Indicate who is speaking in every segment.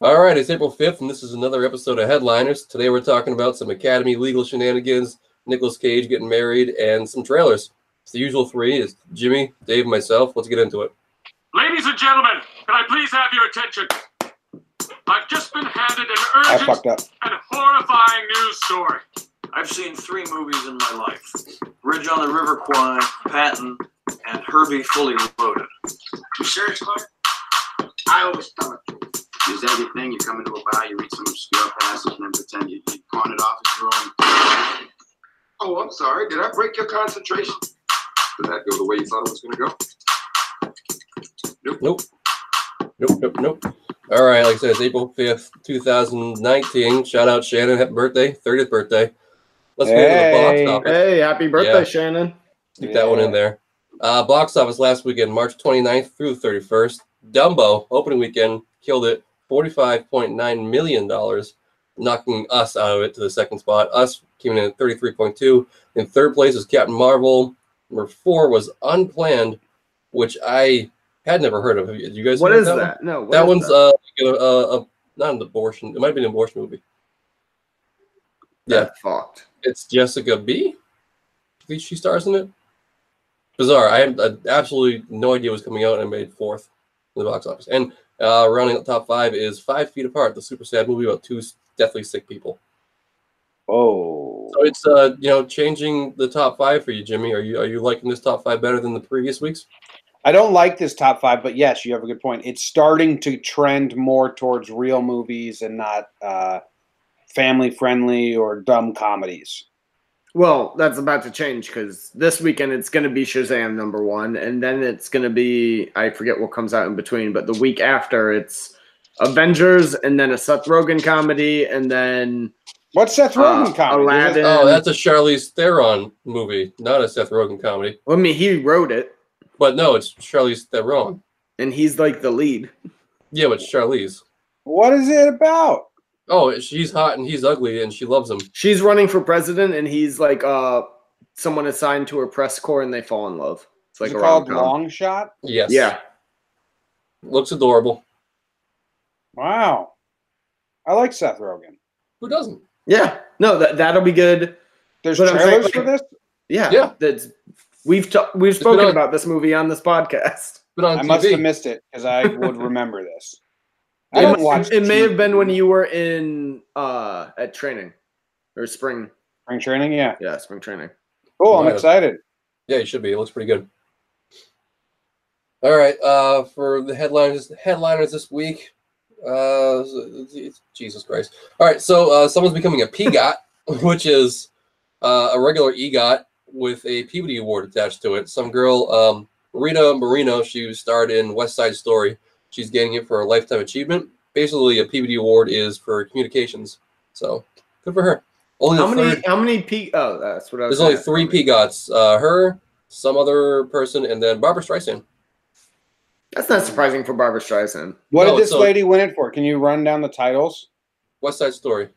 Speaker 1: All right, it's April 5th, and this is another episode of Headliners. Today we're talking about some Academy legal shenanigans, Nicolas Cage getting married, and some trailers. It's the usual three. It's Jimmy, Dave, myself. Let's get into it.
Speaker 2: Ladies and gentlemen, can I please have your attention? I've just been handed an
Speaker 3: I
Speaker 2: urgent
Speaker 3: fucked up.
Speaker 2: and horrifying news story.
Speaker 4: I've seen three movies in my life Ridge on the River Kwai, Patton, and Herbie Fully Loaded.
Speaker 5: You serious, Clark? I always tell it. You say your thing, you come into a bar, you read some obscure passage, and then pretend you, you pawn it off as your own. Oh, I'm sorry. Did I break your concentration? Did that go the way you thought it was going to go?
Speaker 1: Nope, nope, nope. All right, like I said, it's April 5th, 2019. Shout out Shannon. Happy birthday, 30th birthday. Let's go to
Speaker 3: Hey.
Speaker 1: the box office.
Speaker 6: Hey, happy birthday,
Speaker 1: Yeah.
Speaker 6: Shannon.
Speaker 1: Stick that one in there. Uh, box office last weekend, March 29th through the 31st. Dumbo opening weekend killed it, 45.9 million dollars, knocking us out of it to the second spot. Us came in at 33.2. In third place is Captain Marvel. Number four was Unplanned, which I had never heard of. Have you, did you guys?
Speaker 6: What
Speaker 1: hear
Speaker 6: is
Speaker 1: of
Speaker 6: that?
Speaker 1: one?
Speaker 6: No, what
Speaker 1: that
Speaker 6: is
Speaker 1: one's uh, like a, a, a not an abortion. It might be an abortion movie.
Speaker 6: That's fucked.
Speaker 1: It's Jessica B. I think she stars in it. Bizarre. I had uh, absolutely no idea it was coming out, and I made fourth in the box office. And uh, rounding out the top five is Five Feet Apart, the super sad movie about two s- deathly sick people.
Speaker 3: Oh.
Speaker 1: So it's uh, you know changing the top five for you, Jimmy. Are you are you liking this top five better than the previous weeks?
Speaker 3: I don't like this top five, but yes, you have a good point. It's starting to trend more towards real movies and not uh, family friendly or dumb comedies.
Speaker 6: Well, that's about to change because this weekend it's going to be Shazam number one, and then it's going to be I forget what comes out in between, but the week after it's Avengers, and then a Seth Rogen comedy, and then
Speaker 3: What's Seth Rogen
Speaker 6: Uh,
Speaker 3: comedy? Is it-
Speaker 6: Aladdin.
Speaker 1: Oh, that's a Charlize Theron movie, not a Seth Rogen comedy.
Speaker 6: I mean he wrote it,
Speaker 1: But no, it's Charlize Theron.
Speaker 6: and he's like the lead.
Speaker 1: Yeah, but it's Charlize.
Speaker 3: What is it about?
Speaker 1: Oh, she's hot and he's ugly, and she loves him.
Speaker 6: She's running for president, and he's like uh someone assigned to her press corps, and they fall in love. It's like
Speaker 3: is
Speaker 6: a
Speaker 3: it called
Speaker 6: rom-com.
Speaker 3: Long Shot?
Speaker 1: Yes.
Speaker 6: Yeah,
Speaker 1: Looks adorable.
Speaker 3: Wow. I like Seth Rogen.
Speaker 1: Who doesn't?
Speaker 6: yeah. No, that that'll be good.
Speaker 3: There's
Speaker 6: But I'm saying,
Speaker 3: trailers
Speaker 6: like-
Speaker 3: for this?
Speaker 6: Yeah,
Speaker 1: Yeah.
Speaker 6: That's we've ta- we've
Speaker 1: been
Speaker 6: spoken
Speaker 1: on-
Speaker 6: about this movie on this podcast.
Speaker 1: But on
Speaker 3: I
Speaker 1: TV.
Speaker 3: must have missed it because I would remember this.
Speaker 1: Yeah,
Speaker 3: I didn't
Speaker 6: It,
Speaker 1: must-
Speaker 3: watch
Speaker 6: it may
Speaker 3: TV
Speaker 6: have been when you were in uh at training or spring.
Speaker 3: spring training. Yeah.
Speaker 6: Yeah, spring training.
Speaker 3: Cool. I'm
Speaker 1: Might have.
Speaker 3: excited.
Speaker 1: Yeah, you should be. It looks pretty good. All right. Uh, for the headliners, headliners this week. Uh, Jesus Christ. All right. So uh, someone's becoming a PGOT, which is uh, a regular EGOT with a Peabody Award attached to it. Some girl, um, Rita Marino, she starred in West Side Story. She's getting it for her lifetime achievement. Basically, a Peabody Award is for communications. So good for her. Only the
Speaker 6: How many
Speaker 1: third-
Speaker 6: how many P oh that's what I was
Speaker 1: There's only
Speaker 6: gonna ask.
Speaker 1: three Peagots. Uh, her, some other person, and then Barbara Streisand.
Speaker 6: That's not surprising for Barbara Streisand.
Speaker 3: What
Speaker 1: No,
Speaker 3: did this
Speaker 1: Oh, so-
Speaker 3: lady win it for? Can you run down the titles?
Speaker 1: West Side Story.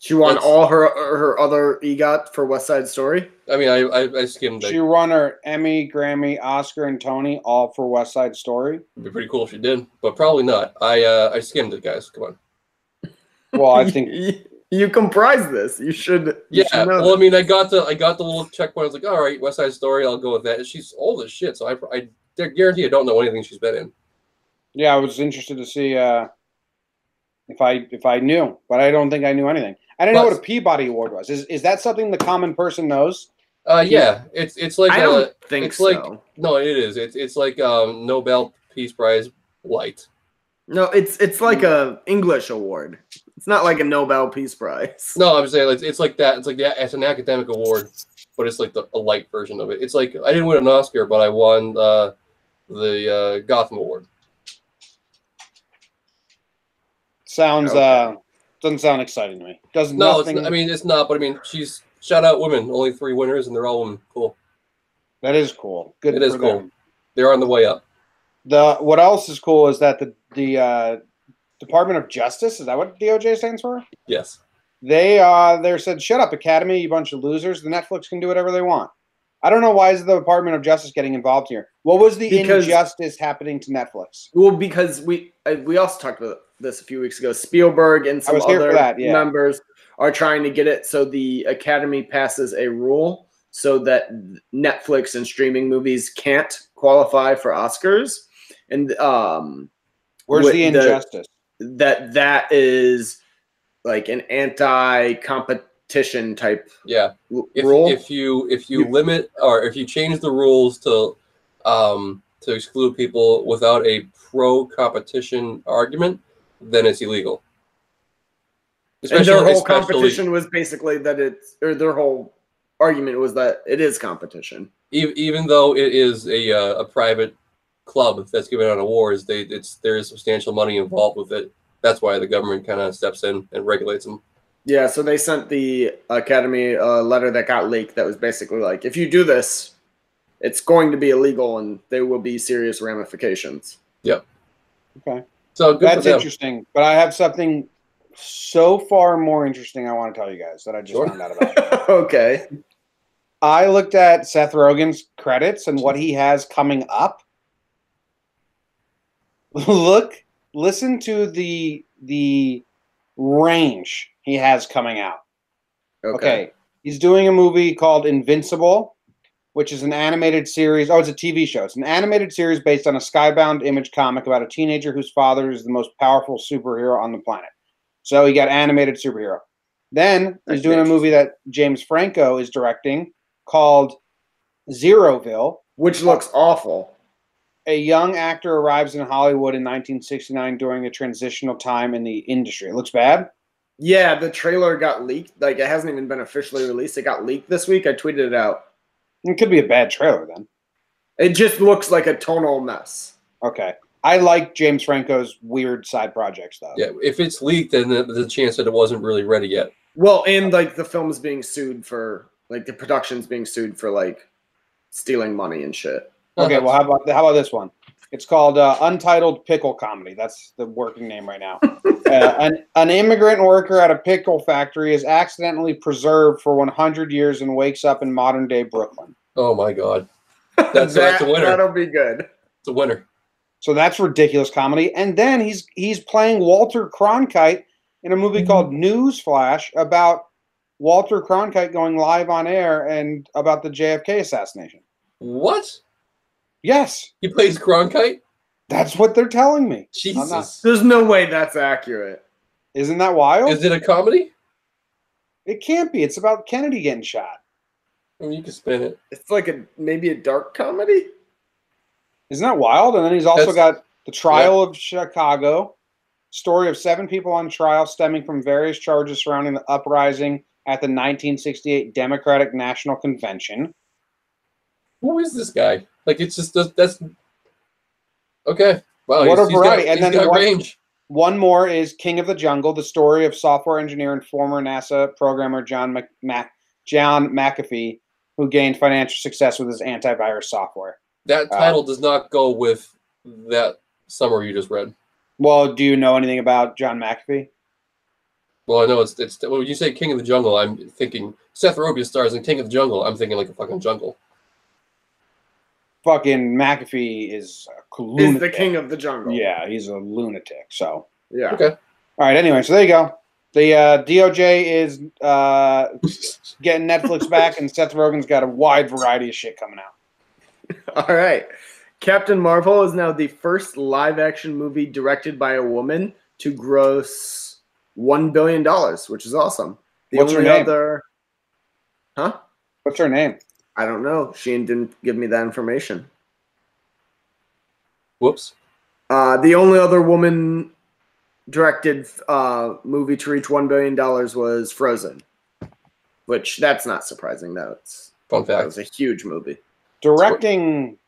Speaker 6: She won
Speaker 1: That's-
Speaker 6: all her her other E EGOT for West Side Story.
Speaker 1: I mean, I I, I skimmed.
Speaker 3: She
Speaker 1: It
Speaker 3: won her Emmy, Grammy, Oscar, and Tony all for West Side Story.
Speaker 1: would be pretty cool if she did, but probably not. I uh, I skimmed it, guys. Come on.
Speaker 3: Well, Oh, I think
Speaker 6: you, you comprise this. You should. You
Speaker 1: Yeah.
Speaker 6: should know
Speaker 1: Well, I mean, I got the I got the little checkpoint. I was like, all right, West Side Story. I'll go with that. She's old as shit, so I I guarantee I don't know anything she's been in.
Speaker 3: yeah, I was interested to see uh, if I if I knew, but I don't think I knew anything. I didn't know
Speaker 1: But-
Speaker 3: what a Peabody Award was. Is is that something the common person knows?
Speaker 1: Uh, yeah. It's it's like
Speaker 6: I
Speaker 1: uh,
Speaker 6: don't think
Speaker 1: it's
Speaker 6: so.
Speaker 1: like- no, it is. It's it's like um Nobel Peace Prize light.
Speaker 6: no, it's it's
Speaker 1: Hmm.
Speaker 6: like a English award. It's not like a Nobel Peace Prize.
Speaker 1: No, I'm saying it's, it's like that. It's like that. It's an academic award, but it's like the, a light version of it. It's like I didn't win an Oscar, but I won uh, the uh, Gotham Award.
Speaker 3: Sounds
Speaker 6: Okay.
Speaker 3: uh doesn't sound exciting to me. Does
Speaker 1: No, it's
Speaker 3: nothing.
Speaker 1: not, I mean it's not, but I mean she's shout out women. Only three winners, and they're all women. Cool.
Speaker 3: that is cool. Good.
Speaker 1: It is
Speaker 3: for
Speaker 1: cool.
Speaker 3: them.
Speaker 1: They're on the way up.
Speaker 3: The what else is cool is that the the uh, Department of Justice is that what DOJ stands for?
Speaker 1: Yes.
Speaker 3: they uh they said shut up academy you bunch of losers the netflix can do whatever they want i don't know why is the department of justice getting involved here what was the
Speaker 6: Because-
Speaker 3: injustice happening to netflix
Speaker 6: Well, because we I, we also talked about this a few weeks ago. Spielberg and some
Speaker 3: was here for
Speaker 6: other
Speaker 3: that, yeah.
Speaker 6: members are trying to get it so the Academy passes a rule so that Netflix and streaming movies can't qualify for Oscars, and um,
Speaker 3: Where's
Speaker 6: Wait,
Speaker 3: the
Speaker 6: the-
Speaker 3: injustice?
Speaker 6: that that is like an anti-competition type
Speaker 1: Yeah.
Speaker 6: w-
Speaker 1: If,
Speaker 6: rule.
Speaker 1: if you if you
Speaker 6: You-
Speaker 1: limit or if you change the rules to um, to exclude people without a pro competition argument, then it's illegal.
Speaker 6: and their whole
Speaker 1: especially-
Speaker 6: competition was basically that it's or their whole argument was that it is competition.
Speaker 1: even, even though it is a uh, a private club that's giving out awards, they it's there is substantial money involved with it. That's why the government kind of steps in and regulates them.
Speaker 6: Yeah, so they sent the Academy a letter that got leaked that was basically like, if you do this, it's going to be illegal and there will be serious ramifications.
Speaker 1: So good
Speaker 3: That's
Speaker 1: for them.
Speaker 3: interesting. But I have something so far more interesting I want to tell you guys that I just
Speaker 1: Sure.
Speaker 3: found out about.
Speaker 6: okay.
Speaker 3: I looked at Seth Rogen's credits and what he has coming up. Look, listen to the the range he has coming out.
Speaker 6: Okay.
Speaker 3: Okay. He's doing a movie called Invincible, which is an animated series. Oh, it's a TV show. It's an animated series based on a skybound image comic about a teenager whose father is the most powerful superhero on the planet. So he got animated superhero. Then he's
Speaker 6: That's
Speaker 3: doing a movie that James Franco is directing called Zeroville,
Speaker 6: Which looks awful.
Speaker 3: a young actor arrives in Hollywood in 1969 during a transitional time in the industry. It looks bad.
Speaker 6: Yeah, the trailer got leaked. Like, it hasn't even been officially released. It got leaked this week. I tweeted it out.
Speaker 3: It could be a bad trailer then.
Speaker 6: It just looks like a tonal mess.
Speaker 3: Okay. I like James Franco's weird side projects though.
Speaker 1: Yeah, if it's leaked, then the- there's a chance that it wasn't really ready yet.
Speaker 6: Well, and like the film's being sued for, like, the production's being sued for, like, stealing money and shit.
Speaker 3: Okay. Well, how about how about this one? It's called uh, Untitled Pickle Comedy. That's the working name right now. uh, an, an immigrant worker at a pickle factory is accidentally preserved for 100 years and wakes up in modern day Brooklyn.
Speaker 1: oh my god, that's that's a winner.
Speaker 6: That'll be good.
Speaker 1: It's a winner.
Speaker 3: So that's ridiculous comedy. And then he's he's playing Walter Cronkite in a movie called Newsflash about Walter Cronkite going live on air and about the JFK assassination.
Speaker 1: What?
Speaker 3: Yes,
Speaker 1: He plays Cronkite?
Speaker 3: that's what they're telling me. I'm not-
Speaker 1: Jesus.
Speaker 6: There's no way that's accurate.
Speaker 3: Isn't that wild?
Speaker 1: Is it a comedy?
Speaker 3: it can't be. It's about Kennedy getting shot.
Speaker 1: I mean, you can spin it.
Speaker 6: It's like a maybe a dark comedy.
Speaker 3: Isn't that wild? And then he's also
Speaker 1: That's-
Speaker 3: got the trial of Chicago, story of seven people on trial stemming from various charges surrounding the uprising at the 1968 Democratic National Convention.
Speaker 1: Who is this guy? Like, it's just that's. that's okay. Wow. he's-
Speaker 3: What a
Speaker 1: he's got-
Speaker 3: variety. And
Speaker 1: he's
Speaker 3: then
Speaker 1: got
Speaker 3: what-
Speaker 1: range.
Speaker 3: One more is King of the Jungle, the story of software engineer and former NASA programmer John Mc- Mac- John McAfee, who gained financial success with his antivirus software.
Speaker 1: That
Speaker 3: Uh,
Speaker 1: title does not go with that summary you just read.
Speaker 3: Well, do you know anything about John McAfee?
Speaker 1: Well, I know it's it's when you say King of the Jungle, I'm thinking Seth Rogen stars in King of the Jungle. I'm thinking like a fucking jungle.
Speaker 3: Fucking McAfee is a lunatic.
Speaker 6: Is the king of the jungle.
Speaker 3: Yeah, he's a lunatic. So,
Speaker 6: Yeah.
Speaker 1: Okay.
Speaker 3: all right. Anyway, so there you go. The uh, DOJ is uh, getting Netflix back, and Seth Rogen's got a wide variety of shit coming out.
Speaker 6: All right. Captain Marvel is now the first live action movie directed by a woman to gross $1 billion, which is awesome. The
Speaker 3: What's her
Speaker 6: only
Speaker 3: name?
Speaker 6: other. Huh?
Speaker 3: What's her name?
Speaker 6: I don't know. She didn't give me that information.
Speaker 1: Whoops.
Speaker 6: Uh, the only other woman directed uh, movie to reach $1 billion was Frozen, which that's not surprising. That's,
Speaker 1: Fun
Speaker 6: that
Speaker 1: fact.
Speaker 6: was a huge movie.
Speaker 3: Directing.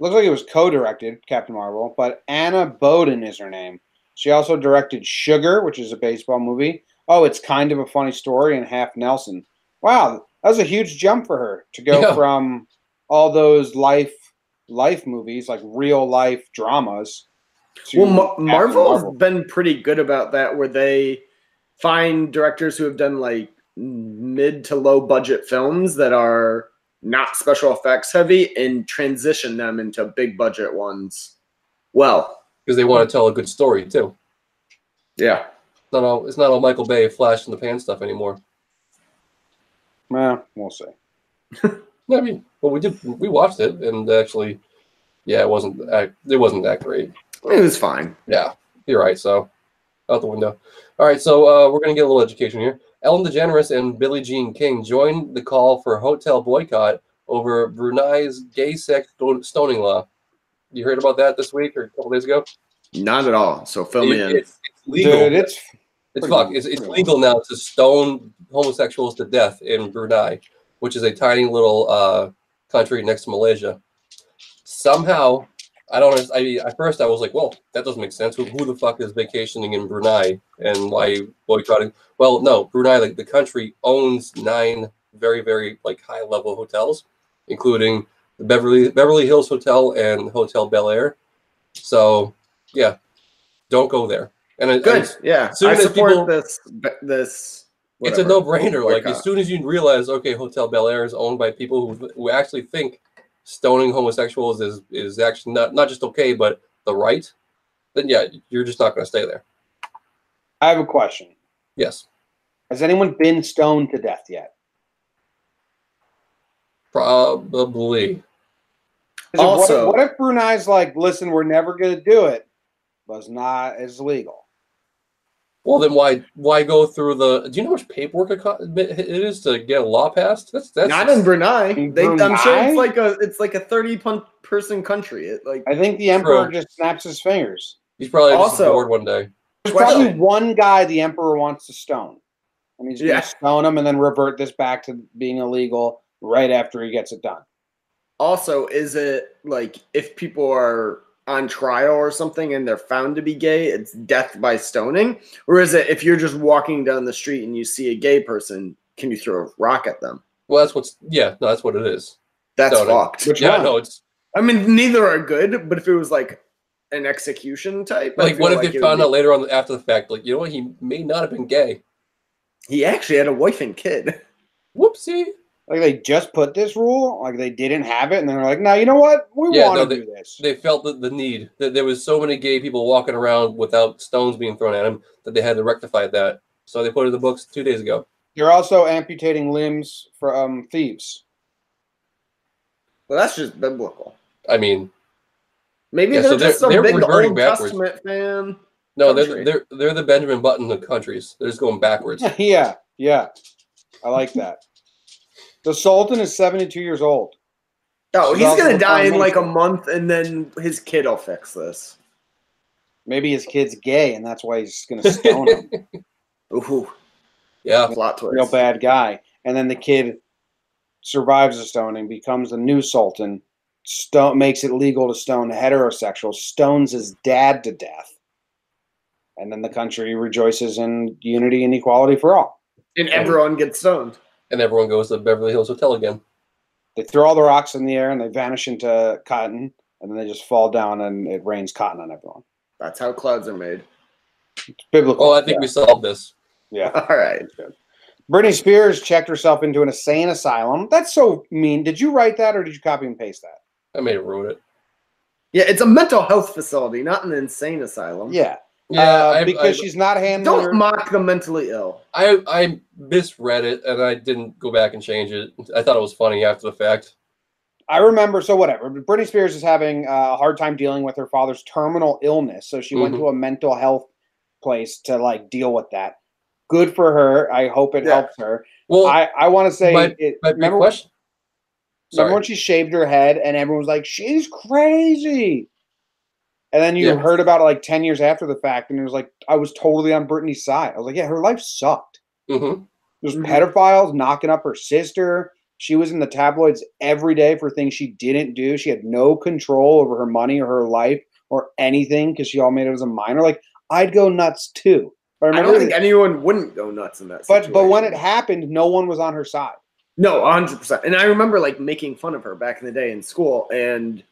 Speaker 3: Looks like it was co-directed, Captain Marvel, but Anna Boden is her name. She also directed Sugar, which is a baseball movie. Oh, it's kind of a funny story and half Nelson. Wow, that was a huge jump for her to go
Speaker 1: Yeah.
Speaker 3: from all those life life movies, like real life dramas. to
Speaker 6: Well, Ma-
Speaker 3: Captain
Speaker 6: Marvel's
Speaker 3: Marvel.
Speaker 6: been pretty good about that, where they find directors who have done like mid to low budget films that are not special effects heavy and transition them into big budget ones. Well,
Speaker 1: because they want to tell a good story too.
Speaker 6: Yeah.
Speaker 1: It's not all it's not all Michael Bay flash in the pan stuff anymore.
Speaker 3: Well, we'll see.
Speaker 1: I mean, well, we did we watched it and actually, yeah, it wasn't that- it wasn't that great.
Speaker 6: It was fine.
Speaker 1: Yeah, you're right. So, out the window. All right, so uh, we're gonna get a little education here. Ellen DeGeneres and Billie Jean King joined the call for a hotel boycott over Brunei's gay sex stoning law. You heard about that this week or a couple days ago?
Speaker 6: Not at all. So fill me
Speaker 1: It-
Speaker 6: in.
Speaker 1: it's, it's legal.
Speaker 3: Dude, it's
Speaker 1: it's fuck. It's, it's legal now to stone homosexuals to death in Brunei, which is a tiny little uh, country next to Malaysia. Somehow, I don't. I at first I was like, well, that doesn't make sense. Who, who the fuck is vacationing in Brunei and why boycotting? Well, no, Brunei, like the country, owns nine very very like high level hotels, including the Beverly Beverly Hills Hotel and Hotel Bel Air. So, yeah, don't go there. And I- I-
Speaker 6: Good. Yeah.
Speaker 1: soon
Speaker 6: I
Speaker 1: as
Speaker 6: support
Speaker 1: people-
Speaker 6: this. This.
Speaker 1: it's a
Speaker 6: whatever. Oh
Speaker 1: no-brainer. Like as
Speaker 6: Boycott.
Speaker 1: soon as you realize, okay, Hotel Bel Air is owned by people who, who actually think stoning homosexuals is is actually not not just okay, but the right. Then yeah, you're just not going to stay there.
Speaker 3: I have a question.
Speaker 1: Yes,
Speaker 3: Has anyone been stoned to death yet?
Speaker 1: probably.
Speaker 3: 'Cause if- what if-
Speaker 6: Also-
Speaker 3: what if, Brunei's like, listen, we're never going to do it, but it's not as legal?
Speaker 1: Well, then why why go through the? Do you know how much paperwork it co- it is to get a law passed? That's that's
Speaker 6: Not in Brunei.
Speaker 3: In
Speaker 6: They, I'm sure
Speaker 3: Brunei?
Speaker 6: it's like a it's like a thirty pun- person country. It like
Speaker 3: I think the emperor just snaps his fingers.
Speaker 1: He's probably just
Speaker 6: Also-
Speaker 1: bored one day.
Speaker 3: There's
Speaker 6: Question.
Speaker 3: probably one guy the emperor wants to stone, and he's going to
Speaker 6: Yeah.
Speaker 3: stone him and then revert this back to being illegal right after he gets it done.
Speaker 6: also is it like if people are on trial or something and they're found to be gay, it's death by stoning, or is it if you're just walking down the street and you see a gay person, can you throw a rock at them?
Speaker 1: Well, that's what's yeah. No, that's what it is.
Speaker 6: That's
Speaker 1: Stoning.
Speaker 6: fucked.
Speaker 3: Which
Speaker 1: Yeah,
Speaker 3: one?
Speaker 1: no, it's
Speaker 6: I mean, neither are good, but if it was like an execution type, I
Speaker 1: like
Speaker 6: feel
Speaker 1: what if
Speaker 6: like
Speaker 1: they
Speaker 6: it would
Speaker 1: found
Speaker 6: be-
Speaker 1: out later on after the fact? Like you know what? He may not have been gay.
Speaker 6: he actually had a wife and kid?
Speaker 1: Whoopsie.
Speaker 3: Like they just put this rule, like they didn't have it, and then they're like, no, you know what? We
Speaker 1: Yeah,
Speaker 3: want
Speaker 1: no,
Speaker 3: to
Speaker 1: they-
Speaker 3: do this.
Speaker 1: they felt the, the need that there was so many gay people walking around without stones being thrown at them that they had to rectify that. So they put it in the books two days ago.
Speaker 3: You're also amputating limbs from thieves.
Speaker 6: Well, that's just biblical.
Speaker 1: I
Speaker 6: Maybe
Speaker 1: Yeah,
Speaker 6: they're
Speaker 1: so they're-
Speaker 6: just some
Speaker 1: they're
Speaker 6: big
Speaker 1: reverting
Speaker 6: Old
Speaker 1: backwards.
Speaker 6: Testament fan.
Speaker 1: No, they're,
Speaker 6: Country.
Speaker 1: they're they're the Benjamin Button of countries. They're just going backwards.
Speaker 3: yeah, yeah. I like that. The Sultan is 72 years old.
Speaker 6: Oh,
Speaker 3: So
Speaker 6: he's
Speaker 3: that
Speaker 6: gonna
Speaker 3: was
Speaker 6: die in
Speaker 3: Prime
Speaker 6: like a
Speaker 3: Minister.
Speaker 6: month, and then his kid will fix this.
Speaker 3: Maybe his kid's gay, and that's why he's going to stone him.
Speaker 6: Ooh,
Speaker 1: Yeah,
Speaker 6: plot twist.
Speaker 3: Real bad guy. And then the kid survives the stoning, becomes the new Sultan, stone, makes it legal to stone heterosexuals, stones his dad to death. And then the country rejoices in unity and equality for all.
Speaker 6: And everyone gets stoned.
Speaker 1: and everyone goes to Beverly Hills Hotel again.
Speaker 3: They throw all the rocks in the air and they vanish into cotton, and then they just fall down and it rains cotton on everyone.
Speaker 6: That's how clouds are made.
Speaker 3: It's biblical.
Speaker 1: Oh, I think we solved this.
Speaker 3: yeah.
Speaker 6: All right.
Speaker 3: Britney Spears checked herself into an insane asylum. That's so mean. Did you write that or did you copy and paste that?
Speaker 1: I may have ruined it.
Speaker 6: Yeah, it's a mental health facility, not an insane asylum.
Speaker 3: Yeah.
Speaker 1: Yeah,
Speaker 3: Uh,
Speaker 1: I,
Speaker 3: because
Speaker 1: I,
Speaker 3: she's not handling her-
Speaker 6: Don't mock the mentally ill.
Speaker 1: I I misread it and I didn't go back and change it. I thought it was funny after the fact.
Speaker 3: I remember. So whatever. but Britney Spears is having uh, a hard time dealing with her father's terminal illness, so she went
Speaker 1: Mhm.
Speaker 3: to a mental health place to like deal with that. Good for her. I hope it
Speaker 6: Yeah.
Speaker 3: helps her.
Speaker 1: Well,
Speaker 3: I, I want to say,
Speaker 1: my-
Speaker 3: it,
Speaker 1: my big
Speaker 3: remember,
Speaker 1: question.
Speaker 3: remember
Speaker 1: Sorry.
Speaker 3: when she shaved her head and everyone was like, "She's crazy," and then you
Speaker 1: Yeah.
Speaker 3: heard about it like ten years after the fact, and it was like, "I was totally on Britney's side." I was like, "Yeah, her life sucked."
Speaker 1: Mhm.
Speaker 3: There's
Speaker 6: Mhm.
Speaker 3: pedophiles knocking up her sister. She was in the tabloids every day for things she didn't do. She had no control over her money or her life or anything because she all made it as a minor. Like I'd go nuts too. But I
Speaker 6: I
Speaker 3: remember,
Speaker 6: don't think anyone wouldn't go nuts in that.
Speaker 3: but but when it
Speaker 6: situation.
Speaker 3: happened, no one was on her side.
Speaker 6: No, hundred percent. And I remember like making fun of her back in the day in school, and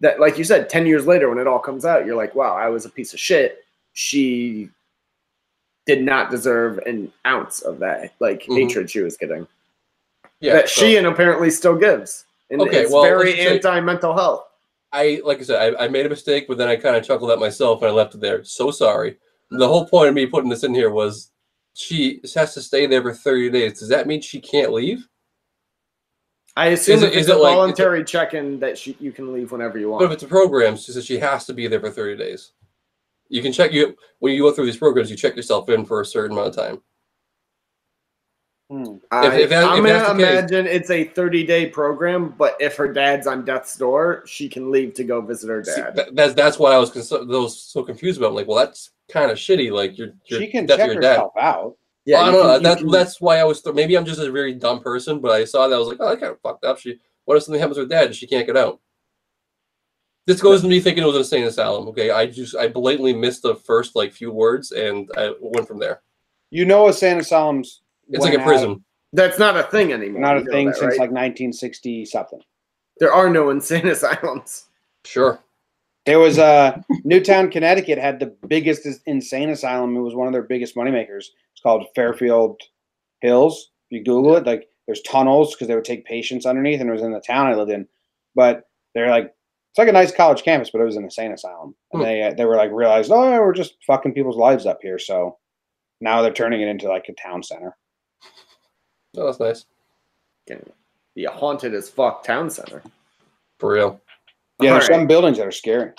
Speaker 6: that, like you said, ten years later when it all comes out, you're like, wow, I was a piece of shit. She did not deserve an ounce of that like
Speaker 3: Mm-hmm.
Speaker 1: Mhm.
Speaker 6: hatred she was getting.
Speaker 1: Yeah,
Speaker 6: that
Speaker 1: so-
Speaker 6: she and apparently still gives. And
Speaker 1: Okay,
Speaker 6: it's
Speaker 1: well,
Speaker 6: very
Speaker 1: let's just say-
Speaker 6: anti mental health.
Speaker 1: I like I said, I, I made a mistake, but then I kind of chuckled at myself and I left it there. So sorry. The whole point of me putting this in here was she has to stay there for 30 days. Does that mean she can't leave?
Speaker 6: I assume
Speaker 1: Is it-
Speaker 6: it's
Speaker 1: is
Speaker 6: a
Speaker 1: it like-
Speaker 6: voluntary check-in that she, you can leave whenever you
Speaker 1: But if
Speaker 6: want.
Speaker 1: it's a program, she says she has to be there for 30 days. You can check you when you go through these programs, you check yourself in for a certain amount of time.
Speaker 3: Hmm.
Speaker 6: I,
Speaker 1: if that-
Speaker 6: am
Speaker 1: if that's
Speaker 6: Uh, gonna
Speaker 1: the case-
Speaker 6: imagine it's a 30-day program, but if her dad's on death's door, she can leave to go visit her
Speaker 1: See,
Speaker 6: dad.
Speaker 1: tha- that's that's why I was cons- those so confused about. I'm like, well, that's kind of shitty. Like you're, you're
Speaker 3: She can
Speaker 1: that's
Speaker 3: check
Speaker 1: your dad.
Speaker 3: herself out.
Speaker 6: yeah,
Speaker 1: I
Speaker 6: you
Speaker 1: don't
Speaker 6: can-
Speaker 1: know.
Speaker 6: you
Speaker 1: That,
Speaker 6: can-
Speaker 1: That's why I was. Th- maybe I'm just a very dumb person, but I saw that I was like, oh, that kind of fucked up. She. What if something happens to her dad and she can't get out? This goes to me thinking it was an insane asylum. Okay, I just I blatantly missed the first like few words and I went from there.
Speaker 3: You know, a Santa Solomon's
Speaker 1: It's like a prison.
Speaker 6: that's not a thing anymore.
Speaker 3: not a
Speaker 6: you know
Speaker 3: thing
Speaker 6: that,
Speaker 3: since
Speaker 6: right?
Speaker 3: like 1960 something.
Speaker 6: there are no insane asylums.
Speaker 1: Sure.
Speaker 3: There was uh, Newtown, Connecticut had the biggest is- insane asylum. It was one of their biggest moneymakers. It's called Fairfield Hills. If you Google it, like there's tunnels because they would take patients underneath, and it was in the town I lived in. But they're like, it's like a nice college campus, but it was an insane asylum. And
Speaker 1: Hmm.
Speaker 3: they uh, they were like realized, oh, yeah, we're just fucking people's lives up here. So now they're turning it into like a town center.
Speaker 1: Oh, that's nice.
Speaker 6: The haunted as fuck town center.
Speaker 1: For real.
Speaker 3: Yeah,
Speaker 6: All
Speaker 3: there's some buildings that are scary.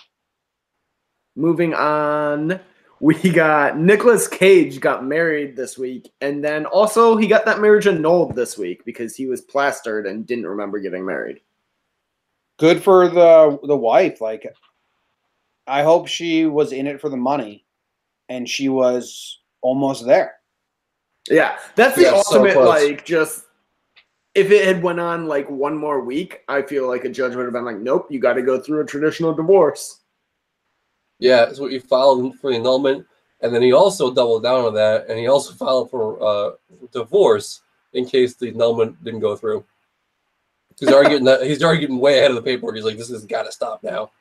Speaker 6: Moving on, we got Nicolas Cage got married this week, and then also he got that marriage annulled this week because he was plastered and didn't remember getting married.
Speaker 3: good for the the wife like i hope she was in it for the money and she was almost there
Speaker 6: Yeah, that's the
Speaker 1: Yeah, so
Speaker 6: ultimate
Speaker 1: close.
Speaker 6: like just. If it had went on like one more week, I feel like a judge would have been like, "Nope, you got to go through a traditional divorce."
Speaker 1: Yeah, so he filed for the annulment, and then he also doubled down on that, and he also filed for uh, divorce in case the annulment didn't go through. He's arguing that he's arguing way ahead of the paperwork. He's like, "This has got to stop now."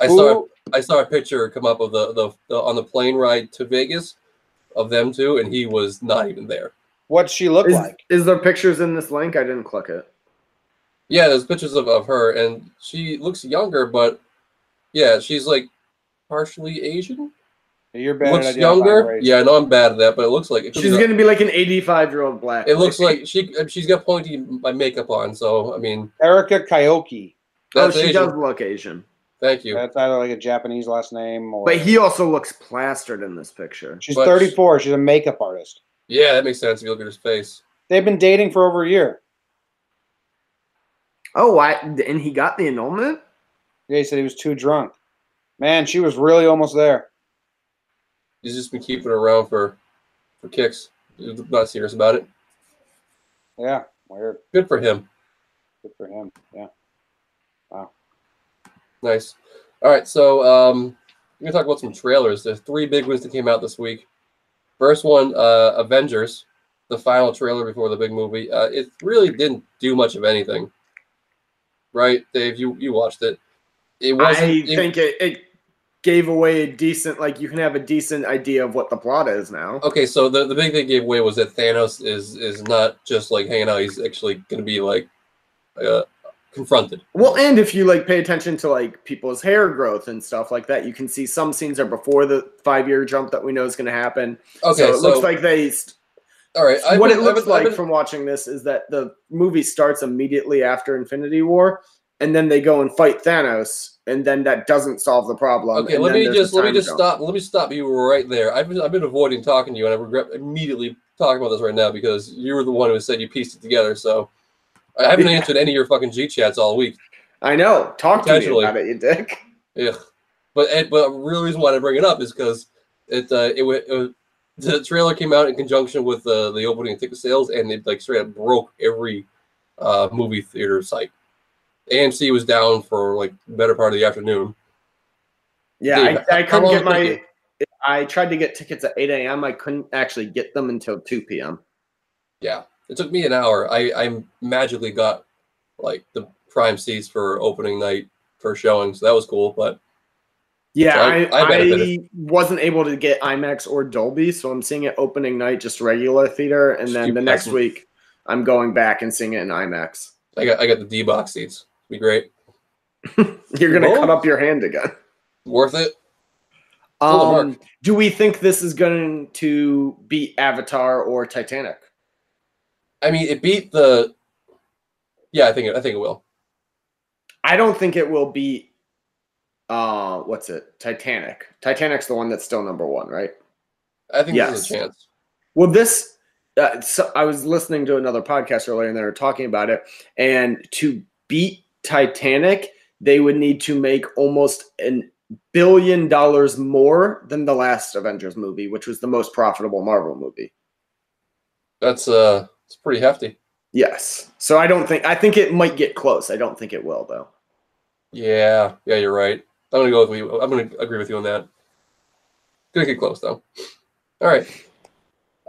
Speaker 1: I saw
Speaker 3: Who-
Speaker 1: I saw a picture come up of the, the the on the plane ride to Vegas of them two, and he was not even there.
Speaker 3: what she looked
Speaker 6: Is,
Speaker 3: like
Speaker 6: is there pictures in this link? I didn't click it.
Speaker 1: Yeah, there's pictures of, of her, and she looks younger, but yeah, she's like partially Asian.
Speaker 3: you're better
Speaker 1: Looks younger. Yeah, I know I'm bad at that, but it looks like
Speaker 6: She's gonna be like an 85 year old black.
Speaker 1: It looks like she uh, she's got pointy my makeup on, so I mean
Speaker 3: erica Kaioki.
Speaker 6: oh,
Speaker 1: that's
Speaker 6: she
Speaker 1: Asian.
Speaker 6: does look Asian,
Speaker 1: Thank you.
Speaker 3: that's either like a japanese last name or
Speaker 6: but he also looks plastered in this picture.
Speaker 3: she's
Speaker 1: but-
Speaker 3: 34 she's a makeup artist
Speaker 1: Yeah, that makes sense if you look at his face.
Speaker 3: they've been dating for over a year
Speaker 6: Oh, I and he got the annulment.
Speaker 3: they said he was too drunk man she was really almost there
Speaker 1: He's just been keeping her around for for kicks. He's not serious about it.
Speaker 3: yeah weird
Speaker 1: Good for him.
Speaker 3: good for him yeah
Speaker 1: Nice. All right, so um, we're gonna talk about some trailers. There's three big ones that came out this week. First one, uh, Avengers, the final trailer before the big movie. Uh, it really didn't do much of anything, right, Dave? You you watched it. It wasn't.
Speaker 6: I
Speaker 1: it-
Speaker 6: think it, it gave away a decent like you can have a decent idea of what the plot is now.
Speaker 1: Okay, so the, the big thing gave away was that Thanos is is not just like hanging out; he's actually going to be like uh, confronted.
Speaker 6: Well, and if you like pay attention to like people's hair growth and stuff like that, you can see some scenes are before the five year jump that we know is going to happen.
Speaker 1: Okay, so,
Speaker 6: so it looks like they st-
Speaker 1: all right, I've
Speaker 6: what
Speaker 1: been-
Speaker 6: it
Speaker 1: I've
Speaker 6: looks
Speaker 1: been- I've
Speaker 6: like
Speaker 1: been-
Speaker 6: from watching this is that the movie starts immediately after Infinity War, and then they go and fight Thanos, and then that doesn't solve the problem.
Speaker 1: okay,
Speaker 6: and
Speaker 1: let
Speaker 6: then
Speaker 1: me
Speaker 6: there's a
Speaker 1: just let me
Speaker 6: time
Speaker 1: just
Speaker 6: jump.
Speaker 1: stop. Let me stop you right there. I've been, I've been avoiding talking to you, and I regret immediately talking about this right now because you were the one who said you pieced it together. So I haven't
Speaker 6: Yeah.
Speaker 1: answered any of your fucking G chats all week.
Speaker 6: I know. Talk to me
Speaker 1: Potentially.
Speaker 6: about it, you dick.
Speaker 1: Ugh. But and, but the real reason why I bring it up is because it uh, it, wa- it wa- the trailer came out in conjunction with uh, the opening of ticket sales, and it like straight up broke every uh, movie theater site. AMC was down for like the better part of the afternoon.
Speaker 6: Yeah,
Speaker 1: Dude,
Speaker 6: I, I
Speaker 1: how- how
Speaker 6: couldn't
Speaker 1: long
Speaker 6: get
Speaker 1: took
Speaker 6: my.
Speaker 1: it?
Speaker 6: I tried to get tickets at 8 a.m. I couldn't actually get them until 2 p.m.
Speaker 1: Yeah, it took me an hour. I I magically got like the prime seats for opening night for showing, so that was cool. But
Speaker 6: Yeah,
Speaker 1: So I-
Speaker 6: I,
Speaker 1: I
Speaker 6: I,
Speaker 1: benefited.
Speaker 6: wasn't able to get IMAX or Dolby, so I'm seeing it opening night, just regular theater, and then
Speaker 1: Stupid
Speaker 6: the next
Speaker 1: person.
Speaker 6: week I'm going back and seeing it in IMAX.
Speaker 1: I got I got the D box seats. Be great.
Speaker 6: You're gonna
Speaker 1: Both?
Speaker 6: cut up your hand again.
Speaker 1: Worth it? Full of
Speaker 6: Um, do we think this is going to beat Avatar or Titanic?
Speaker 1: I mean, it beat the. Yeah, I think it, I think it will.
Speaker 6: I don't think it will beat. Uh, what's it? Titanic. Titanic's the one that's still number one, right?
Speaker 1: I think there's
Speaker 6: Yes.
Speaker 1: a chance.
Speaker 6: Well, this uh, so I was listening to another podcast earlier, and they were talking about it. And to beat Titanic, they would need to make almost an billion dollars more than the last Avengers movie, which was the most profitable Marvel movie.
Speaker 1: That's uh, it's pretty hefty.
Speaker 6: Yes. So I don't think I think it might get close. I don't think it will though.
Speaker 1: Yeah, yeah, you're right. I'm gonna go with you. I'm gonna agree with you on that. Gonna get close though. All right.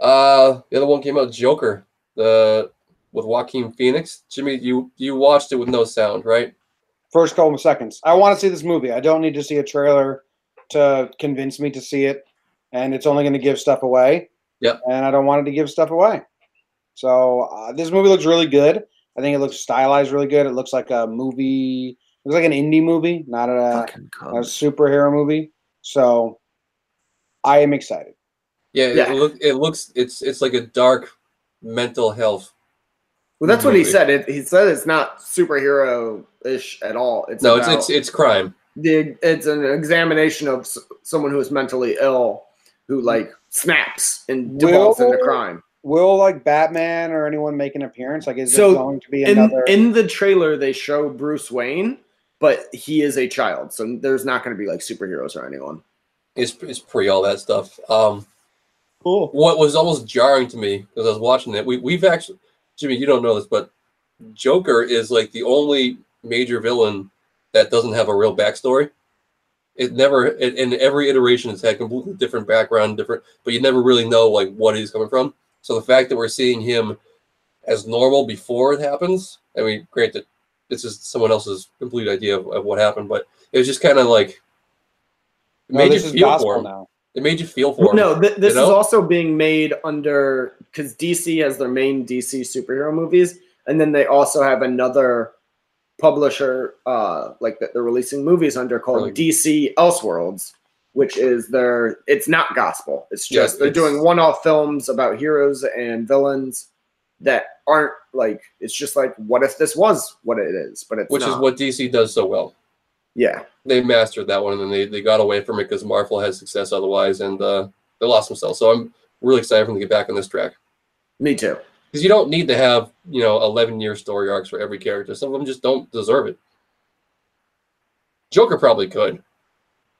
Speaker 1: Uh, the other one came out, Joker, the with Joaquin Phoenix. Jimmy, you you watched it with no sound, right?
Speaker 3: First couple of seconds. I want to see this movie. I don't need to see a trailer to convince me to see it, and it's only going to give stuff away.
Speaker 1: Yep.
Speaker 3: And I don't want it to give stuff away. So uh, this movie looks really good. I think it looks stylized really good. It looks like a movie. It looks like an indie movie, not a, a superhero movie. So I am excited.
Speaker 1: Yeah, it,
Speaker 6: Yeah.
Speaker 1: look, it looks it's it's like a dark mental health.
Speaker 6: Well, that's what he
Speaker 1: Movie.
Speaker 6: said. It, he said it's not superhero ish at all. It's
Speaker 1: No, it's
Speaker 6: about-
Speaker 1: it's it's crime.
Speaker 6: the it's an examination of s- someone who is mentally ill who like snaps and devolves
Speaker 3: Will-
Speaker 6: into crime
Speaker 3: Will like Batman or anyone make an appearance? Like, is
Speaker 6: So,
Speaker 3: this going to be
Speaker 6: in,
Speaker 3: another?
Speaker 6: in the trailer they show bruce wayne but he is a child so there's not going to be like superheroes or anyone
Speaker 1: It's it's pre all that stuff. Um,
Speaker 3: cool.
Speaker 1: what was almost jarring to me because I was watching it. We we've actually, Jimmy, you don't know this, but Joker is like the only major villain that doesn't have a real backstory. It never it, in every iteration has had completely different background, different, but you never really know like what he's coming from. So the fact that we're seeing him as normal before it happens, I mean, granted, this is someone else's complete idea of, of what happened, but it was just kind of like it
Speaker 3: No,
Speaker 1: made
Speaker 3: this
Speaker 1: you
Speaker 3: is
Speaker 1: feel for
Speaker 3: gospel
Speaker 1: him.
Speaker 3: now.
Speaker 1: It made you feel for
Speaker 6: well,
Speaker 1: him.
Speaker 6: no th- this is
Speaker 1: know?
Speaker 6: also being made under because dc has their main dc superhero movies and then they also have another publisher uh like that they're releasing movies under called
Speaker 1: Really?
Speaker 6: dc elseworlds which is their it's not gospel it's
Speaker 1: Yeah,
Speaker 6: just they're
Speaker 1: it's-
Speaker 6: doing one-off films about heroes and villains that aren't like it's just like what if this was what it is but it's
Speaker 1: which is
Speaker 6: not.
Speaker 1: what DC does so well.
Speaker 6: yeah
Speaker 1: they mastered that one and then they, they got away from it because Marvel had success otherwise and uh, they lost themselves. So I'm really excited for them to get back on this track
Speaker 6: me too
Speaker 1: because you don't need to have you know 11 year story arcs for every character. Some of them just don't deserve it. Joker probably could.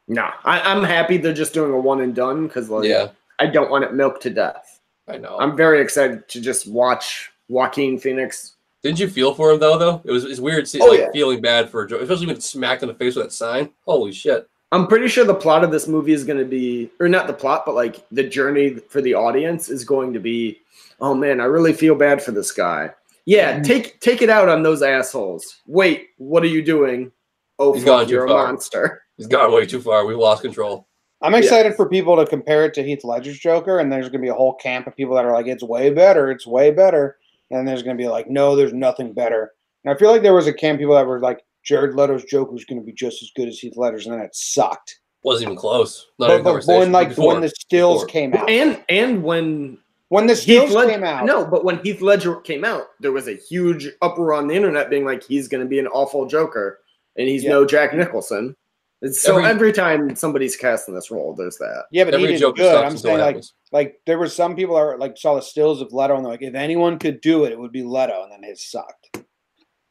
Speaker 6: no I, i'm happy they're just doing a one and done because like
Speaker 1: yeah,
Speaker 6: i don't want it milked to death
Speaker 1: I know.
Speaker 6: I'm very excited to just watch Joaquin Phoenix.
Speaker 1: Didn't you feel for him though? Though it was it's weird see,
Speaker 6: Oh,
Speaker 1: like
Speaker 6: yeah.
Speaker 1: feeling bad for Joker, especially when it's smacked in the face with that sign. Holy shit!
Speaker 6: I'm pretty sure the plot of this movie is going to be, or not the plot, but like the journey for the audience is going to be, oh man, I really feel bad for this guy.
Speaker 1: Mm-hmm.
Speaker 6: Yeah, take take it out on those assholes. Wait, what are you doing? Oh,
Speaker 1: He's gone
Speaker 6: fuck,
Speaker 1: too
Speaker 6: you're a
Speaker 1: far.
Speaker 6: monster.
Speaker 1: He's gone way too far. We've lost control.
Speaker 3: I'm excited for people to compare it to Heath Ledger's Joker, and there's going to be a whole camp of people that are like, "It's way better. It's way better," and there's going to be like, "No, there's nothing better." And I feel like there was a camp of people that were like, "Jared Leto's Joker is going to be just as good as Heath Ledger's," and then it sucked.
Speaker 1: Wasn't even close. Not
Speaker 3: But,
Speaker 1: even
Speaker 3: but
Speaker 1: conversation.
Speaker 3: when like
Speaker 1: Before.
Speaker 3: when the stills
Speaker 1: Before.
Speaker 3: came out,
Speaker 6: And and when
Speaker 3: when the
Speaker 6: Heath
Speaker 3: stills
Speaker 6: Led-
Speaker 3: came out,
Speaker 6: no, but when Heath Ledger came out, there was a huge uproar on the internet being like, he's going to be an awful Joker, and he's
Speaker 3: Yeah.
Speaker 6: no Jack Nicholson. And so
Speaker 1: Every-
Speaker 6: every, time somebody's casting this role, there's that.
Speaker 3: yeah, but he
Speaker 1: every
Speaker 3: did
Speaker 1: Joker
Speaker 3: good.
Speaker 1: sucks
Speaker 3: I'm
Speaker 1: until
Speaker 3: saying
Speaker 1: it
Speaker 3: like
Speaker 1: happens.
Speaker 3: like there were some people that were, like saw the stills of Leto and they're like, if anyone could do it, it would be Leto, and then his sucked.
Speaker 1: Yeah,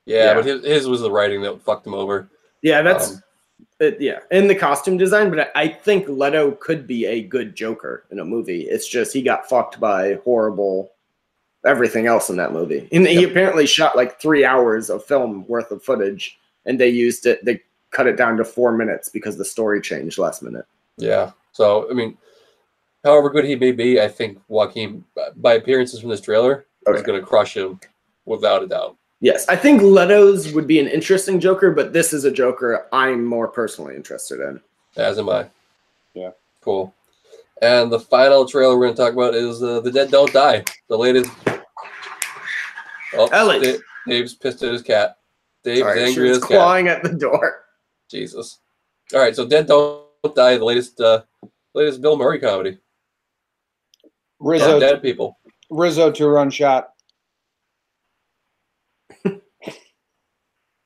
Speaker 6: Yeah.
Speaker 1: but his, his was the writing that fucked him over.
Speaker 6: Yeah, that's
Speaker 1: Um,
Speaker 6: it, yeah, in the costume design. But I, I think Leto could be a good Joker in a movie. It's just he got fucked by horrible everything else in that movie. And he apparently shot like three hours of film worth of footage, and they used it. They cut it down to four minutes because the story changed last minute.
Speaker 1: Yeah. So I mean, however good he may be, I think Joaquin, by- by appearances from this trailer,
Speaker 6: Oh,
Speaker 1: is
Speaker 6: yeah.
Speaker 1: going to crush him without a doubt.
Speaker 6: Yes, I think Leto's would be an interesting Joker, but this is a Joker I'm more personally interested in.
Speaker 1: As am I.
Speaker 3: Yeah.
Speaker 1: Cool. And the final trailer we're going to talk about is uh, "The Dead Don't Die," the latest. Oh,
Speaker 6: Alex.
Speaker 1: Da- Dave's pissed at his cat. Dave's
Speaker 6: Sorry, she
Speaker 1: angry
Speaker 6: was
Speaker 1: as cat.
Speaker 6: clawing at the door.
Speaker 1: Jesus. All right, so Dead Don't Die, the latest uh, latest Bill Murray comedy.
Speaker 3: Rizzo,
Speaker 1: Dead, dead people.
Speaker 3: Rizzo two run shot.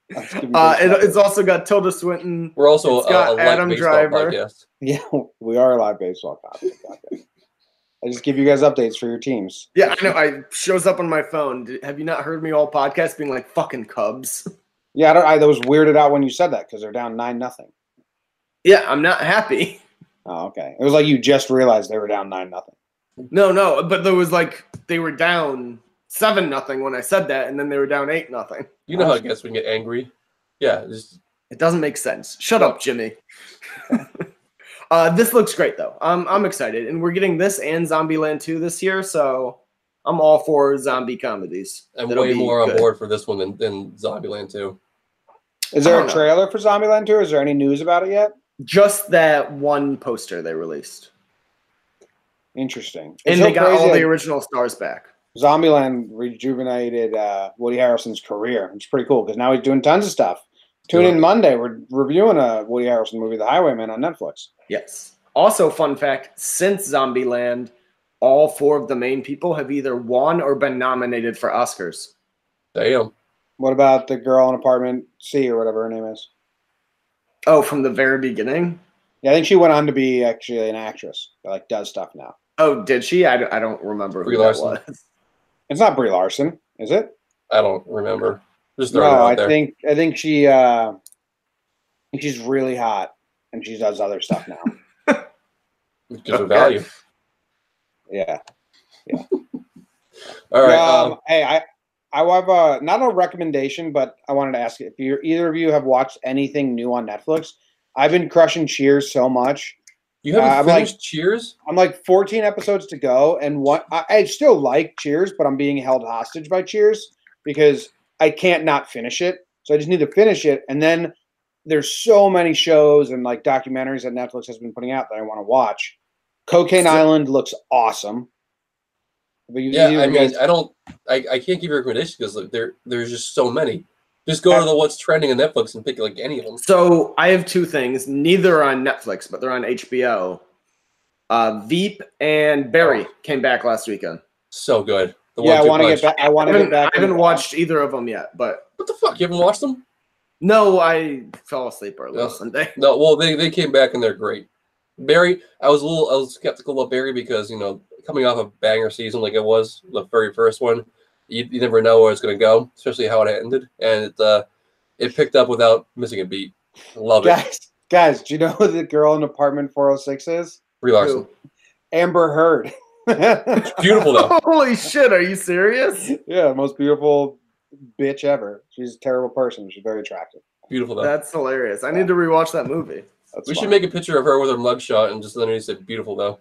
Speaker 3: That's gonna be
Speaker 6: Uh,
Speaker 3: good
Speaker 6: it,
Speaker 3: stuff.
Speaker 6: it's also got Tilda Swinton.
Speaker 1: We're also
Speaker 6: It's
Speaker 1: a,
Speaker 6: got
Speaker 1: a light
Speaker 6: Adam
Speaker 1: baseball
Speaker 6: Driver.
Speaker 1: podcast.
Speaker 3: yeah, we are a live baseball podcast. goddamn. I just give you guys updates for your teams.
Speaker 6: Yeah, I know. I shows up on my phone. Did- Have you not heard me all podcast being like fucking Cubs?
Speaker 3: Yeah, I, don't, I was weirded out when you said that because they're down nine nothing.
Speaker 6: Yeah, I'm not happy.
Speaker 3: Oh, okay. It was like you just realized they were down nine nothing.
Speaker 6: No, no, but there was like they were down seven nothing when I said that, and then they were down eight nothing.
Speaker 1: You know how it gets when you get angry. Yeah, just
Speaker 6: It doesn't make sense. Shut up, Jimmy. uh, this looks great though. Um, I'm excited, and we're getting this and Zombieland 2 this year, so I'm all for zombie comedies.
Speaker 1: I'm
Speaker 6: That'll
Speaker 1: way
Speaker 6: be
Speaker 1: more on
Speaker 6: good.
Speaker 1: board for this one than, than Zombieland 2.
Speaker 3: Is
Speaker 6: I
Speaker 3: there
Speaker 6: don't
Speaker 3: a
Speaker 6: know.
Speaker 3: trailer for Zombieland 2? Is there any news about it yet?
Speaker 6: Just that one poster they released,
Speaker 3: Interesting. It's
Speaker 6: and
Speaker 3: so
Speaker 6: they got all
Speaker 3: crazy,
Speaker 6: the original stars back.
Speaker 3: like, Zombieland rejuvenated uh, Woody Harrelson's career. It's pretty cool because now he's doing tons of stuff. Tune in Monday. We're reviewing a Woody Harrelson movie, The Highwayman, on Netflix.
Speaker 6: Yes. Also, fun fact: since Zombieland, all four of the main people have either won or been nominated for Oscars.
Speaker 1: Damn.
Speaker 3: What about the girl in apartment C or whatever her name is?
Speaker 6: Oh, from the very beginning.
Speaker 3: Yeah, I think she went on to be actually an actress. that, Like does stuff now.
Speaker 6: Oh, did she? I, don't- I don't remember who
Speaker 1: Brie
Speaker 6: that
Speaker 1: Larson.
Speaker 6: was.
Speaker 3: It's not Brie Larson, is it?
Speaker 1: I don't remember. Just
Speaker 3: No,
Speaker 1: throwing it out
Speaker 3: I
Speaker 1: there.
Speaker 3: think I think she uh, I think she's really hot and she does other stuff now.
Speaker 1: It gives her
Speaker 6: Okay.
Speaker 1: value.
Speaker 3: yeah.
Speaker 1: All right.
Speaker 3: um,
Speaker 1: um,
Speaker 3: hey, I I have a not a recommendation, but I wanted to ask if you either of you have watched anything new on Netflix. I've been crushing Cheers so much.
Speaker 1: you haven't
Speaker 3: I'm like-
Speaker 1: finished Cheers?
Speaker 3: I'm like 14 episodes to go, and what I, I still like Cheers, but I'm being held hostage by Cheers because I can't not finish it. So I just need to finish it, and then there's so many shows and like documentaries that Netflix has been putting out that I want to watch. Cocaine
Speaker 1: So-
Speaker 3: Island looks awesome. But you,
Speaker 1: Yeah,
Speaker 3: either
Speaker 1: I
Speaker 3: of you
Speaker 1: mean,
Speaker 3: guys-
Speaker 1: I don't, I, I can't give you a recommendation because like, there, there's just so many. Just go
Speaker 3: Yeah.
Speaker 1: to the what's trending on Netflix and pick like any of them.
Speaker 6: So I have two things. Neither are on Netflix, but they're on HBO. Uh, Veep and Barry came back last weekend.
Speaker 1: So good. The
Speaker 3: yeah, I
Speaker 1: one-two
Speaker 3: want to
Speaker 1: punch.
Speaker 3: get back. I
Speaker 6: I
Speaker 3: want to get
Speaker 6: haven't,
Speaker 3: back.
Speaker 6: I haven't watched either of them yet, but
Speaker 1: What the fuck? You haven't watched them?
Speaker 6: no, I fell asleep early
Speaker 1: Ugh.
Speaker 6: Sunday.
Speaker 1: No. Well, they, they came back and they're great. Barry, I was a little, I was skeptical about Barry because you know coming off a banger season like it was the very first one, you, you never know where it's gonna go, especially how it ended, and it, uh, it picked up without missing a beat. Love it.
Speaker 3: guys, guys, do you know who the girl in apartment 406 is?
Speaker 1: Brie Larson,
Speaker 3: Amber Heard. yeah,
Speaker 1: beautiful though.
Speaker 6: Holy shit, are you serious?
Speaker 3: the most beautiful bitch ever. She's a terrible person. She's very attractive.
Speaker 1: Beautiful though.
Speaker 6: That's hilarious. I need to rewatch that movie.
Speaker 3: That's
Speaker 1: we
Speaker 3: fine.
Speaker 1: should make a picture of her with her mugshot and just underneath say beautiful though.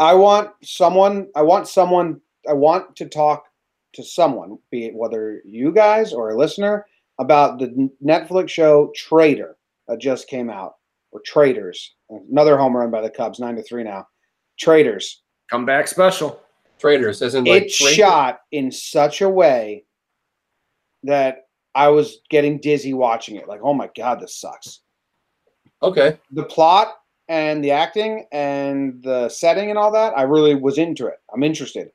Speaker 3: I want someone. I want someone. I want to talk to someone, be it whether you guys or a listener, about the n- Netflix show Traitor that just came out, or Traitors, another home run by the Cubs, nine to three now. Traitors.
Speaker 6: Comeback special.
Speaker 1: Traders, as in like
Speaker 3: it's
Speaker 1: traitor-
Speaker 3: shot in such a way that I was getting dizzy watching it. Like, oh my god, this sucks.
Speaker 1: Okay,
Speaker 3: The plot and the acting and the setting and all that, I really was into it. I'm interested,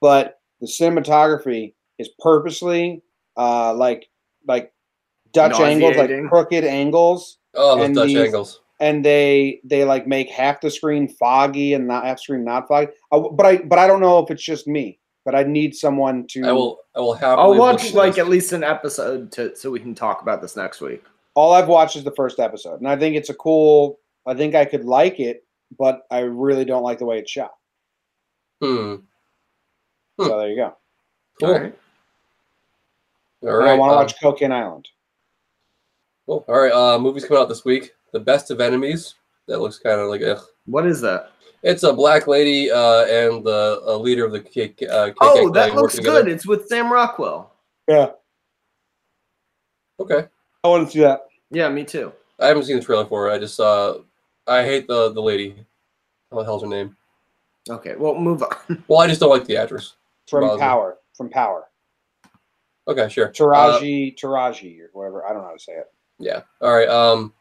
Speaker 3: but the cinematography is purposely uh, like like Dutch angles,
Speaker 6: Nauseating.
Speaker 3: like crooked angles,
Speaker 1: oh those
Speaker 3: And
Speaker 1: Dutch
Speaker 3: these-
Speaker 1: angles.
Speaker 3: and they they like make half the screen foggy and not half screen not foggy. I, but I but I don't know if it's just me. But I need someone to.
Speaker 1: I will, I will happily.
Speaker 6: I'll
Speaker 1: look
Speaker 6: watch
Speaker 1: at
Speaker 6: like
Speaker 1: this.
Speaker 6: at least an episode to so we can talk about this next week.
Speaker 3: all I've watched is the first episode, and I think it's a cool. I think I could like it, but I really don't like the way it's shot.
Speaker 1: Hmm.
Speaker 3: So there you go.
Speaker 1: Cool. All
Speaker 6: All
Speaker 1: right.
Speaker 6: right.
Speaker 3: And I want to
Speaker 1: um,
Speaker 3: watch Cocaine Island.
Speaker 1: Cool. All right. Uh, movies coming out this week. The Best of Enemies. That looks kind of like ugh.
Speaker 6: What is that?
Speaker 1: It's a black lady uh, and the a leader of the K- uh, KKK.
Speaker 6: Oh, that
Speaker 1: working
Speaker 6: looks
Speaker 1: together.
Speaker 6: good. It's with Sam Rockwell.
Speaker 1: Okay.
Speaker 3: I want to see that.
Speaker 6: Yeah, me too.
Speaker 1: I haven't seen the trailer for it. I just saw. I hate the the lady. What the hell's her name?
Speaker 6: Okay, well, move on.
Speaker 1: Well, I just don't like the actress.
Speaker 3: From
Speaker 1: Bosnia.
Speaker 3: Power. From Power.
Speaker 1: Okay,
Speaker 6: Uh,
Speaker 1: sure. Uh,
Speaker 3: Taraji, Taraji, or whatever. I don't know how to say it.
Speaker 1: Yeah. All right. Um,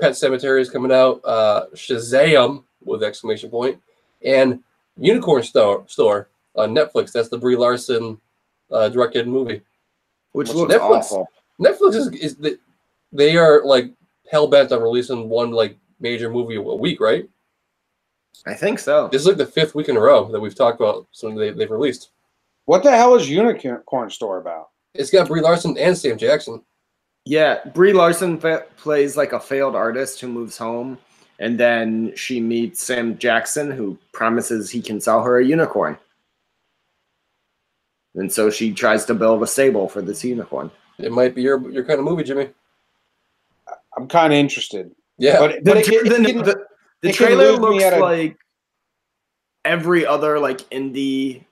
Speaker 1: Pet Cemetery is coming out. Uh, Shazam with exclamation point, and Unicorn Store Store on Netflix. That's the Brie Larson uh, directed movie.
Speaker 6: which
Speaker 1: What's
Speaker 6: looks
Speaker 1: Netflix?
Speaker 6: awful.
Speaker 1: Netflix is is the, they are like hell bent on releasing one like major movie a week, right?
Speaker 6: I think so.
Speaker 1: This is like the fifth week in a row that we've talked about something they, they've released.
Speaker 3: What the hell is Unicorn Store about?
Speaker 1: It's got Brie Larson and Sam Jackson.
Speaker 6: Yeah, Brie Larson fa- plays like a failed artist who moves home, and then she meets Sam Jackson, who promises he can sell her a unicorn. And so she tries to build a stable for this unicorn.
Speaker 1: It might be your your kind of movie, Jimmy.
Speaker 3: I'm kind of interested.
Speaker 1: Yeah.
Speaker 3: But, but
Speaker 6: the,
Speaker 3: it,
Speaker 6: tra-
Speaker 3: it,
Speaker 6: the-
Speaker 3: can-
Speaker 6: the- the
Speaker 3: it can
Speaker 6: trailer
Speaker 3: lose me
Speaker 6: looks
Speaker 3: at a-
Speaker 6: like every other like indie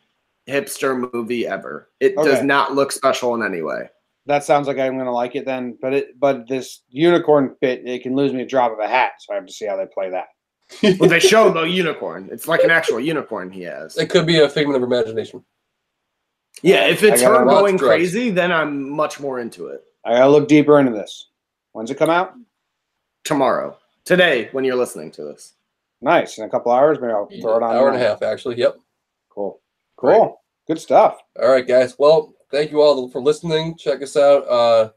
Speaker 6: hipster movie ever. It does
Speaker 3: Okay.
Speaker 6: not look special in any way.
Speaker 3: that sounds like I'm gonna like it then. But it but this unicorn bit it can lose me a drop of a hat, so I have to see how they play that.
Speaker 6: Well, they show the unicorn. It's like an actual unicorn he has.
Speaker 1: it could be a figment of imagination.
Speaker 6: Yeah, if it's
Speaker 3: I gotta
Speaker 6: her
Speaker 1: watch
Speaker 6: going
Speaker 1: drugs.
Speaker 6: crazy, then I'm much more into it.
Speaker 3: I gotta look deeper into this. When's it come out?
Speaker 6: Tomorrow, today, when you're listening to this,
Speaker 3: Nice. In a couple hours, maybe I'll throw it on.
Speaker 1: hour and
Speaker 3: now.
Speaker 1: a half, actually. Yep.
Speaker 3: Cool. Cool. Good stuff.
Speaker 1: All right, guys. Well, thank you all for listening. Check us out uh,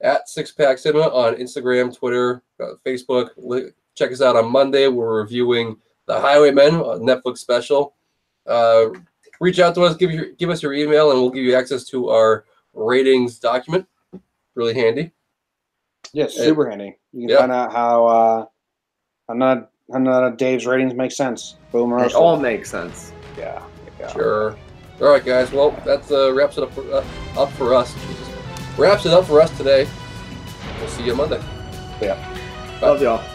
Speaker 1: at Six Pack Cinema on Instagram, Twitter, uh, Facebook. Li- Check us out on Monday. We're reviewing The Highwaymen, a Netflix special. Uh, reach out to us, give your give us your email, and we'll give you access to our ratings document. Really handy.
Speaker 3: Yes,
Speaker 1: Hey.
Speaker 3: super handy. You can
Speaker 1: Yeah.
Speaker 3: find out how uh how not how not Dave's ratings make sense. Boom
Speaker 6: it
Speaker 3: roasted.
Speaker 1: oh,
Speaker 6: all makes sense.
Speaker 3: yeah. yeah.
Speaker 1: Sure. All right, guys. Well, that's uh, wraps it up for, uh, up for us. Jesus. Wraps it up for us today. We'll see you Monday.
Speaker 6: Love y'all.